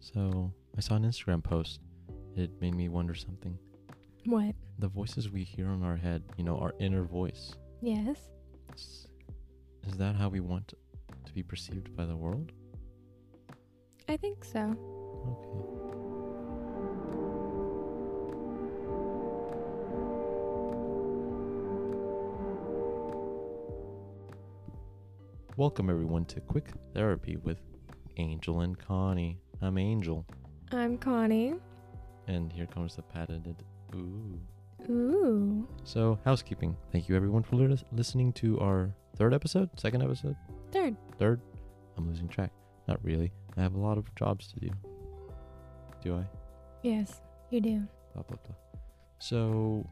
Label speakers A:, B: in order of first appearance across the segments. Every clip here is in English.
A: So I saw an Instagram post. It made me wonder something.
B: What?
A: The voices we hear in our head, you know, our inner voice.
B: Yes.
A: Is, is that how we want to be perceived by the world?
B: I think so.
A: Okay. Welcome everyone to Quick Therapy with Angel and Connie. I'm Angel,
B: I'm Connie.
A: and here comes the patented ooh.
B: Ooh.
A: So, housekeeping. Thank you everyone for lis- listening to our third episode, second episode,
B: Third.
A: third. I'm losing track. Not really. I have a lot of jobs to do. Do I?
B: Yes, you do.
A: Blah, blah, blah. So,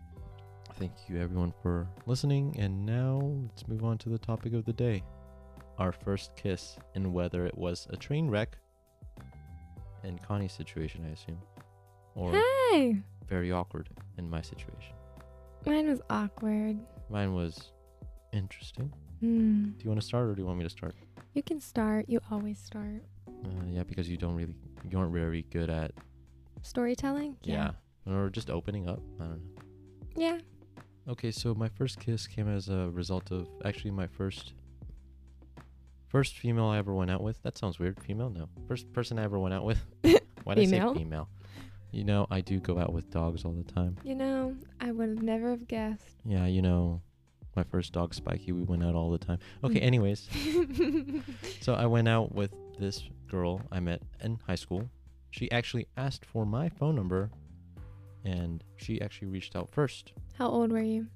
A: thank you everyone for listening. And now let's move on to the topic of the day our first kiss and whether it was a train wreck in Connie's situation, I assume, or
B: Hi.
A: very awkward in my situation.
B: Mine was awkward.
A: Mine was interesting.
B: Hmm.
A: Do you want to start or do you want me to start?
B: You can start. You always start.
A: Uh, yeah, because you don't really, you aren't very good at,
B: Storytelling?
A: yeah. or just opening up. I don't know.
B: Yeah. Yeah.
A: Okay, so my first kiss came as a result of actually my first, first female I ever went out with. That sounds weird. Female? No. First person I ever went out with. Why did I
B: Female?
A: say female? You know, I do go out with dogs all the time.
B: You know, I would have never have guessed.
A: Yeah, you know, my first dog Spiky, we went out all the time. Okay,
B: Mm.
A: anyways, so I went out with this girl I met in high school. She actually asked for my phone number, and she actually reached out first.
B: How old were you?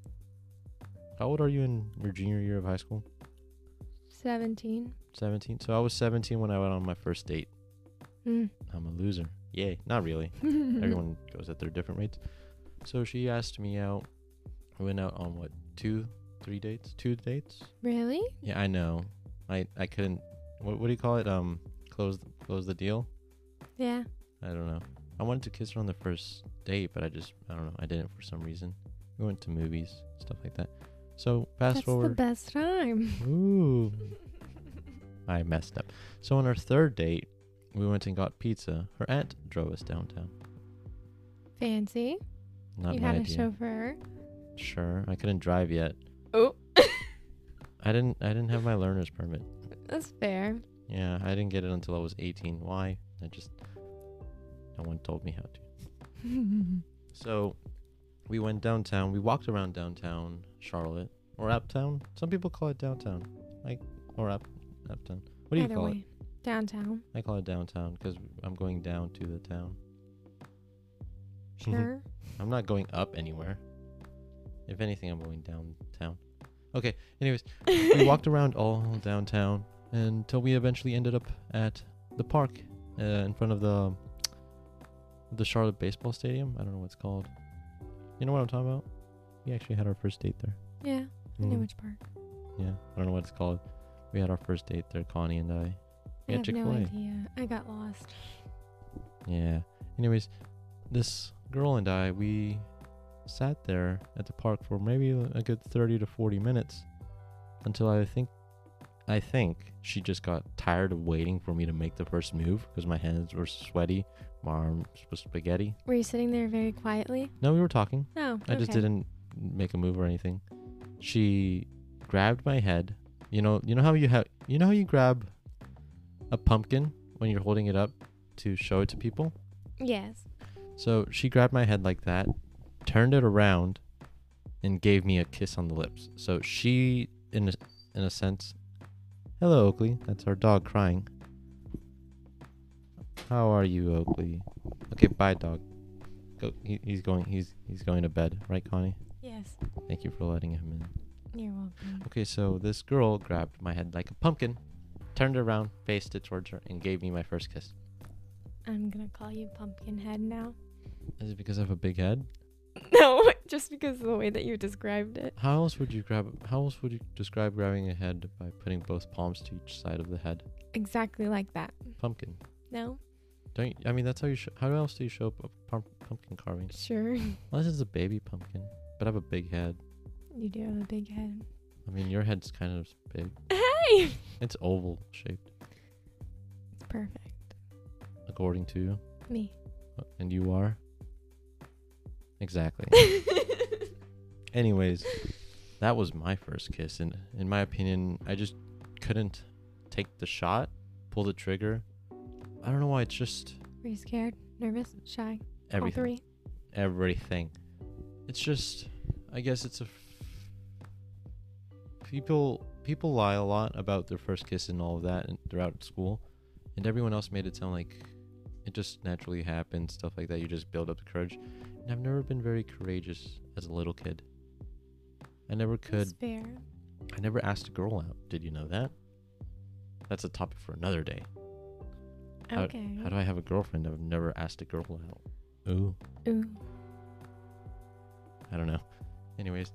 A: How old are you in your junior year of high school?
B: 17.
A: 17. So I was 17 when I went on my first date.
B: Mm.
A: I'm a loser. Yay, not really.
B: Mm-hmm.
A: Everyone goes at their different rates. So she asked me out. I went out on what two, three dates? Two dates?
B: Really?
A: Yeah, I know. I I couldn't. What, what do you call it? Um, close close the deal.
B: Yeah.
A: I don't know. I wanted to kiss her on the first date, but I just I don't know. I didn't for some reason. We went to movies, stuff like that. So fast
B: That's the
A: forward.
B: best time.
A: Ooh, I messed up. So on our third date, we went and got pizza. Her aunt drove us downtown.
B: Fancy.
A: Not
B: you
A: my
B: had
A: idea.
B: a chauffeur.
A: Sure, I couldn't drive yet.
B: Oh.
A: I didn't. I didn't have my learner's permit.
B: That's fair.
A: Yeah, I didn't get it until I was 18. Why? I just no one told me how to. So we went downtown. We walked around downtown Charlotte or uptown. Some people call it downtown, like or up uptown. What do you
B: Either
A: call
B: way, downtown.
A: it? I call it downtown because I'm going down to the town. Mm-hmm.
B: Sure.
A: I'm not going up anywhere. If anything, I'm going downtown. Okay. Anyways, we walked around all downtown until we eventually ended up at the park uh, in front of the the Charlotte baseball stadium. I don't know what it's called. You know what I'm talking about? We actually had our first date there. Mm,
B: yeah. I
A: Hmm.
B: know which part.
A: Yeah, I don't know what it's called. We had our first date there, Connie and I.
B: I
A: Yeah,
B: have no
A: Chick-fil-A.
B: idea. I got lost.
A: Yeah. Anyways, this girl and I, we sat there at the park for maybe a good 30 to 40 minutes until I think I think she just got tired of waiting for me to make the first move because my hands were sweaty, my arms was spaghetti.
B: Were you sitting there very quietly?
A: No, we were talking.
B: No.
A: I just
B: okay.
A: didn't make a move or anything. She grabbed my head. You know, you know how you have you know how you grab a pumpkin when you're holding it up to show it to people?
B: Yes.
A: So she grabbed my head like that, turned it around, and gave me a kiss on the lips. So she, in a, in a sense, hello Oakley. That's our dog crying. How are you, Oakley? Okay, bye, dog. Go. He, he's going. He's he's going to bed, right, Connie?
B: Yes.
A: Thank you for letting him in.
B: You're welcome.
A: Okay, so this girl grabbed my head like a pumpkin, turned around, faced it towards her, and gave me my first kiss.
B: I'm gonna call you Pumpkinhead now.
A: Is it because I have a big head?
B: No, just because of the way that you described it.
A: How else would you grab? How else would you describe grabbing a head by putting both palms to each side of the head?
B: Exactly like that.
A: Pumpkin.
B: No.
A: Don't you, I mean that's how you. Sh- how else do you show up a pump- pumpkin carving?
B: Sure.
A: Unless it's a baby pumpkin, but I have a big head.
B: You do have a big head.
A: I mean your head's kind of big.
B: Hey.
A: It's oval shaped.
B: It's perfect.
A: according to,
B: Me.
A: and you are. Exactly. Anyways, that was my first kiss, and in my opinion, I just couldn't take the shot, pull the trigger. I don't know why. It's just
B: Were you scared, nervous, shy?
A: everything.
B: All three.
A: everything. It's just, I guess it's a f- people people lie a lot about their first kiss and all of that and throughout school, and everyone else made it sound like it just naturally happened, stuff like that. You just build up the courage, and I've never been very courageous as a little kid. I never could.
B: That's fair.
A: I never asked a girl out. Did you know that? That's a topic for another day. How-
B: Okay.
A: How do I have a girlfriend? I've never asked a girl out. Ooh.
B: Ooh.
A: I don't know. Anyways,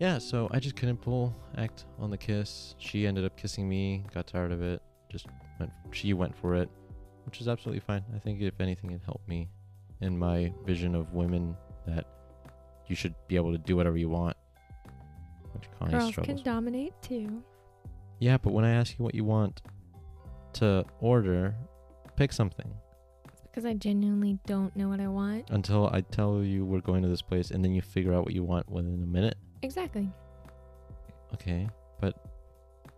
A: yeah, so I just couldn't pull act on the kiss. She ended up kissing me, got tired of it, just went she went for it, which is absolutely fine. I think if anything it helped me in my vision of women that you should be able to do whatever you want. Which Connie
B: Girls
A: struggles.
B: can dominate too.
A: yeah, but when I ask you what you want to order, pick something
B: It's because I genuinely don't know what I want.
A: until I tell you we're going to this place and then you figure out what you want within a minute.
B: Exactly.
A: Okay, but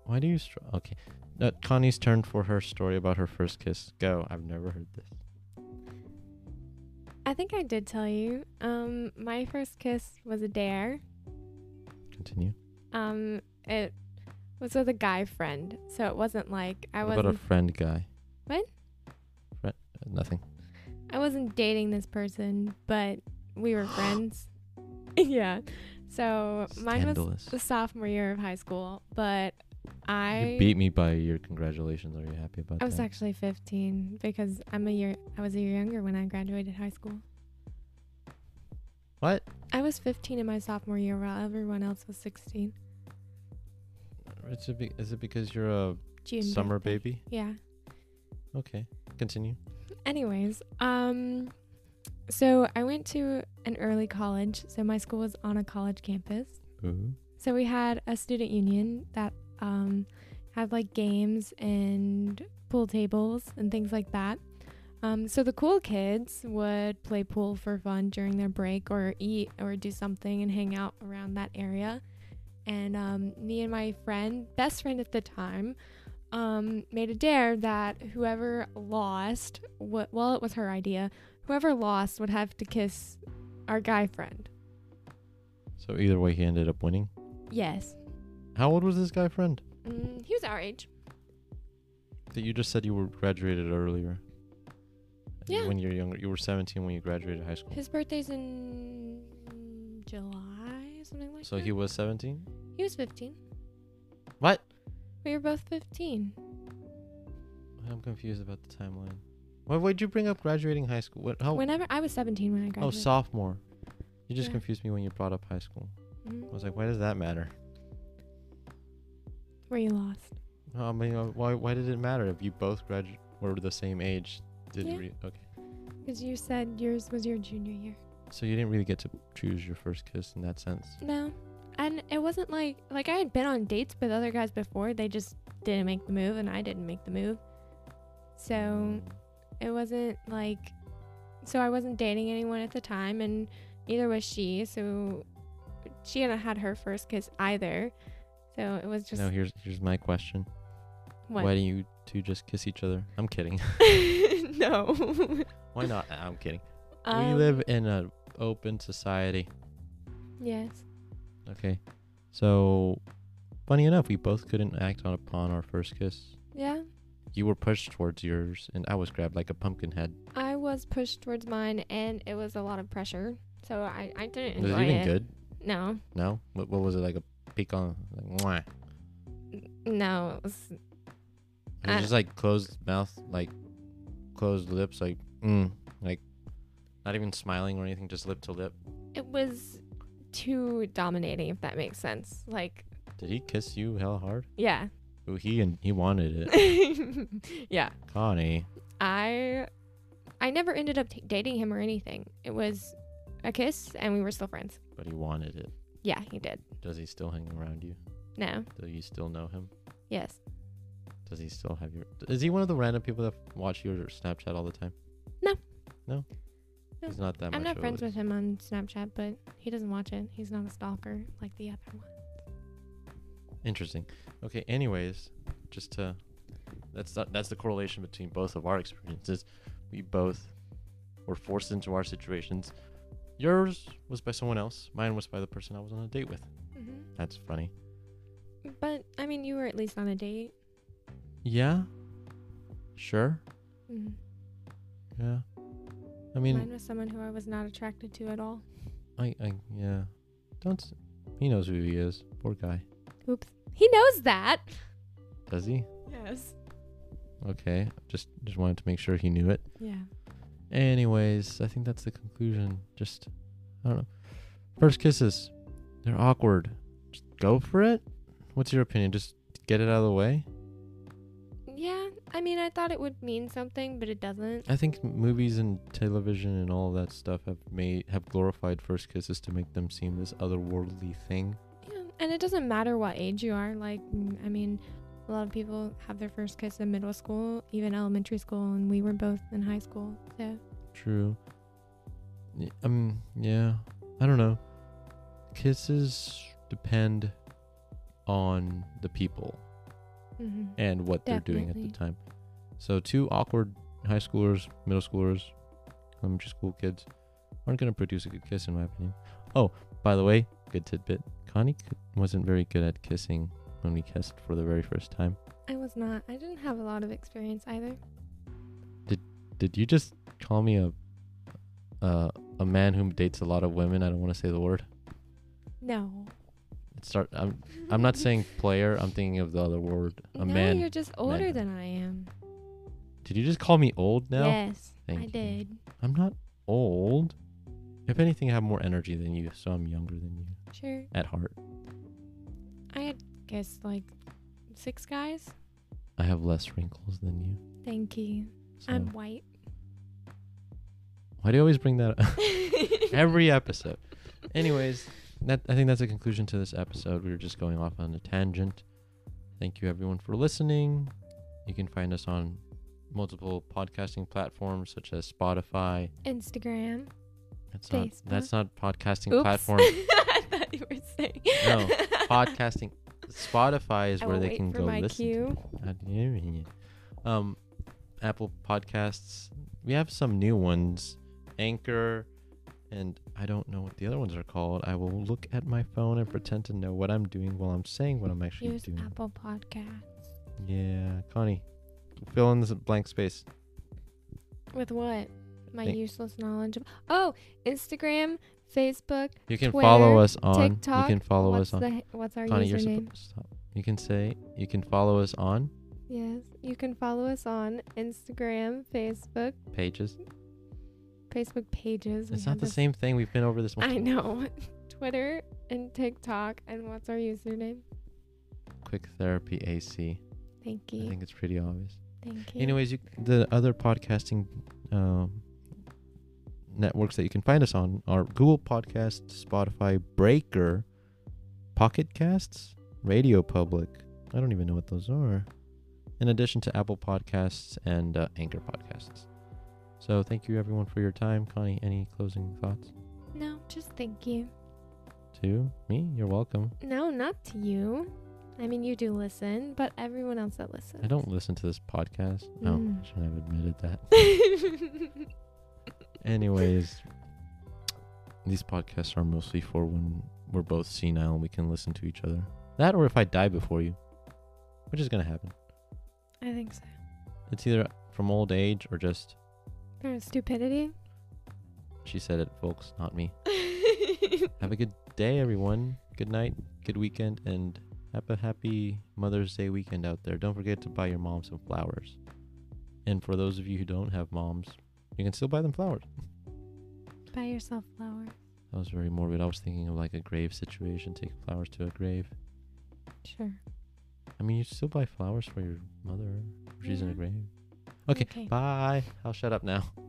A: why do you str- okay? Uh, Connie's turn for her story about her first kiss. Go. I've never heard this.
B: I think I did tell you. Um, my first kiss was a dare.
A: Continue.
B: Um, it was with a guy friend, so it wasn't like I
A: what about a
B: wasn't.
A: friend guy?
B: What?
A: Friend? uh, nothing.
B: I wasn't dating this person, but we were friends. yeah. So Oh, mine was
A: Scandalous.
B: the sophomore year of high school, but I
A: you beat me by a year. Congratulations. Are you happy about
B: I was
A: that?
B: actually 15 because I'm a year I was a year younger when I graduated high school.
A: What?
B: I was 15 in my sophomore year while everyone else was 16.
A: It's a be- is it because you're a
B: June
A: summer
B: birthday.
A: baby?
B: Yeah.
A: Okay. Continue.
B: Anyways, um so I went to an early college, so my school was on a college campus.
A: Ooh.
B: So we had a student union that um, had like games and pool tables and things like that. Um, so the cool kids would play pool for fun during their break or eat or do something and hang out around that area. And um, me and my friend, best friend at the time, um, made a dare that whoever lost, wh- well, it was her idea, whoever lost would have to kiss our guy friend.
A: So either way, he ended up winning.
B: Yes.
A: How old was this guy friend
B: Mm, he was our age.
A: that you just said you were graduated earlier?
B: Yeah.
A: When you're younger, you were 17 when you graduated high school.
B: His birthday's in July, something like
A: So
B: that.
A: he was 17.
B: he was 15.
A: What?
B: We were both 15.
A: I'm confused about the timeline. Why would you bring up graduating high school? What? How?
B: Whenever I was 17 when I
A: oh,
B: graduated.
A: sophomore. You just
B: Yeah.
A: confused me when you brought up high school. I
B: Mm.
A: was like, why does that matter?
B: Where you lost.
A: No, I mean, uh, why? Why did it matter if you both gradu- were the same age? Did
B: Yeah.
A: re- okay.
B: Because you said yours was your junior year.
A: So you didn't really get to choose your first kiss in that sense.
B: No. And it wasn't like, like I had been on dates with other guys before. They just didn't make the move and I didn't make the move. So
A: Mm.
B: it wasn't like, so I wasn't dating anyone at the time and neither was she. So she hadn't had her first kiss either. So it was just
A: now here's here's my question.
B: What?
A: Why do you two just kiss each other? I'm kidding.
B: no.
A: why not? I'm kidding. we
B: Um,
A: live in an open society.
B: Yes.
A: Okay. So, funny enough, we both couldn't act on upon our first kiss.
B: Yeah.
A: You were pushed towards yours, and I was grabbed like a pumpkin head.
B: I was pushed towards mine, and it was a lot of pressure. So I, I didn't
A: was
B: enjoy
A: it even
B: it.
A: good?
B: No,
A: No. What, what was it like a pecan? Like, mwah.
B: no. It was,
A: It was
B: I-
A: just like closed mouth, like closed lips, like mm, like not even smiling or anything, just lip to lip.
B: it was too dominating, if that makes sense. Like,
A: Did he kiss you hell hard?
B: yeah,
A: Ooh, he and he wanted it.
B: yeah.
A: Connie,
B: I, I never ended up t- dating him or anything. It was a kiss, and we were still friends.
A: but he wanted it.
B: Yeah, he did.
A: Does he still hang around you?
B: No.
A: Do you still know him?
B: Yes.
A: Does he still have your? Is he one of the random people that watch your Snapchat all the time?
B: No.
A: No.
B: No.
A: He's not that. much
B: I'm not
A: of a
B: friends
A: loser.
B: with him on Snapchat, but he doesn't watch it. He's not a stalker like the other one.
A: Interesting. Okay. Anyways, just to that's the, that's the correlation between both of our experiences. We both were forced into our situations. Yours was by someone else. Mine was by the person I was on a date with.
B: Mm-hmm.
A: That's funny.
B: But I mean, you were at least on a date.
A: Yeah. Sure.
B: Mm.
A: Yeah. I mean,
B: Mine was someone who I was not attracted to at all.
A: I, I, yeah. Don't. s- He knows who he is. Poor guy.
B: Oops. He knows that.
A: Does he?
B: Yes.
A: Okay. Just, just wanted to make sure he knew it.
B: Yeah.
A: Anyways, I think that's the conclusion. Just, I don't know. First kisses, they're awkward. Just go for it. What's your opinion? Just get it out of the way.
B: Yeah. I mean, I thought it would mean something, but it doesn't.
A: I think movies and television and all that stuff have made have glorified first kisses to make them seem this otherworldly thing.
B: Yeah. And it doesn't matter what age you are. Like, mm, I mean, a lot of people have their first kiss in middle school, even elementary school, and we were both in high school. So.
A: True. Y- Um. Yeah. I don't know. Kisses depend on the people
B: Mm-hmm.
A: and what they're doing at the
B: Definitely.
A: time. So two awkward high schoolers, middle schoolers, elementary school kids aren't going to produce a good kiss, in my opinion. Oh, by the way, good tidbit: Connie c- wasn't very good at kissing when we kissed for the very first time.
B: I was not. I didn't have a lot of experience either.
A: Did you just call me a uh, a man who dates a lot of women? I don't want to say the word.
B: No.
A: It start. I'm I'm not saying player. I'm thinking of the other word. A
B: no,
A: man.
B: you're just older
A: man.
B: than I am.
A: Did you just call me old now?
B: Yes,
A: Thank
B: I
A: you.
B: did.
A: I'm not old. If anything, I have more energy than you, so I'm younger than you
B: Sure.
A: at heart.
B: I had guess like six guys.
A: I have less wrinkles than you.
B: Thank you.
A: So
B: I'm white.
A: why do you always bring that up every episode? Anyways, that I think that's a conclusion to this episode. We were just going off on a tangent. Thank you everyone for listening. You can find us on multiple podcasting platforms such as Spotify.
B: Instagram.
A: That's not that's not podcasting
B: Oops.
A: platform.
B: I thought you were saying.
A: No, podcasting Spotify is
B: I
A: where
B: will
A: they
B: wait
A: can
B: for
A: go
B: my
A: listen. to
B: cue.
A: How do you mean it? Um, Apple Podcasts. We have some new ones, Anchor, and I don't know what the other ones are called. I will look at my phone and pretend to know what I'm doing while I'm saying what I'm actually
B: Use
A: doing.
B: Apple Podcasts.
A: Yeah, Connie, fill in this blank space.
B: With what? My
A: Think-
B: useless knowledge. Of- oh, Instagram, Facebook.
A: You can
B: Twitter,
A: follow us on.
B: TikTok.
A: you can follow
B: what's
A: us on.
B: The, he- what's our
A: Connie, you're
B: username?
A: supposed stop. You can say you can follow us on
B: Yes, you can follow us on Instagram, Facebook,
A: pages.
B: Facebook pages. We
A: It's
B: have
A: not the
B: this-
A: same thing. We've been over this one.
B: I know. Twitter and TikTok. And what's our username?
A: Quick therapy AC.
B: Thank
A: I
B: you.
A: think it's pretty obvious.
B: Thank you.
A: Anyways, you, the other podcasting um, networks that you can find us on are Google Podcast, Spotify, Breaker, Pocket Casts, Radio Public. I don't even know what those are. In addition to Apple Podcasts and uh, Anchor Podcasts. So thank you everyone for your time. Connie, any closing thoughts?
B: No, just thank you.
A: To me, you're welcome.
B: No, not to you. I mean, you do listen, but everyone else that listens.
A: I don't listen to this podcast. Oh,
B: Mm.
A: I shouldn't have admitted that.
B: don't.
A: Anyways, these podcasts are mostly for when we're both senile and we can listen to each other. That or if I die before you, which is going to happen.
B: I think so.
A: It's either from old age or just
B: Or stupidity.
A: she said it, folks, not me. Have a good day, everyone. Good night, good weekend, and have a happy Mother's Day weekend out there. Don't forget to buy your mom some flowers. And for those of you who don't have moms, you can still buy them flowers.
B: Buy yourself flowers.
A: That was very morbid. I was thinking of like a grave situation, take flowers to a grave.
B: Sure.
A: I mean, you still buy flowers for your mother. if She's in a
B: Yeah.
A: grave. Okay,
B: Okay.
A: bye. I'll shut up now.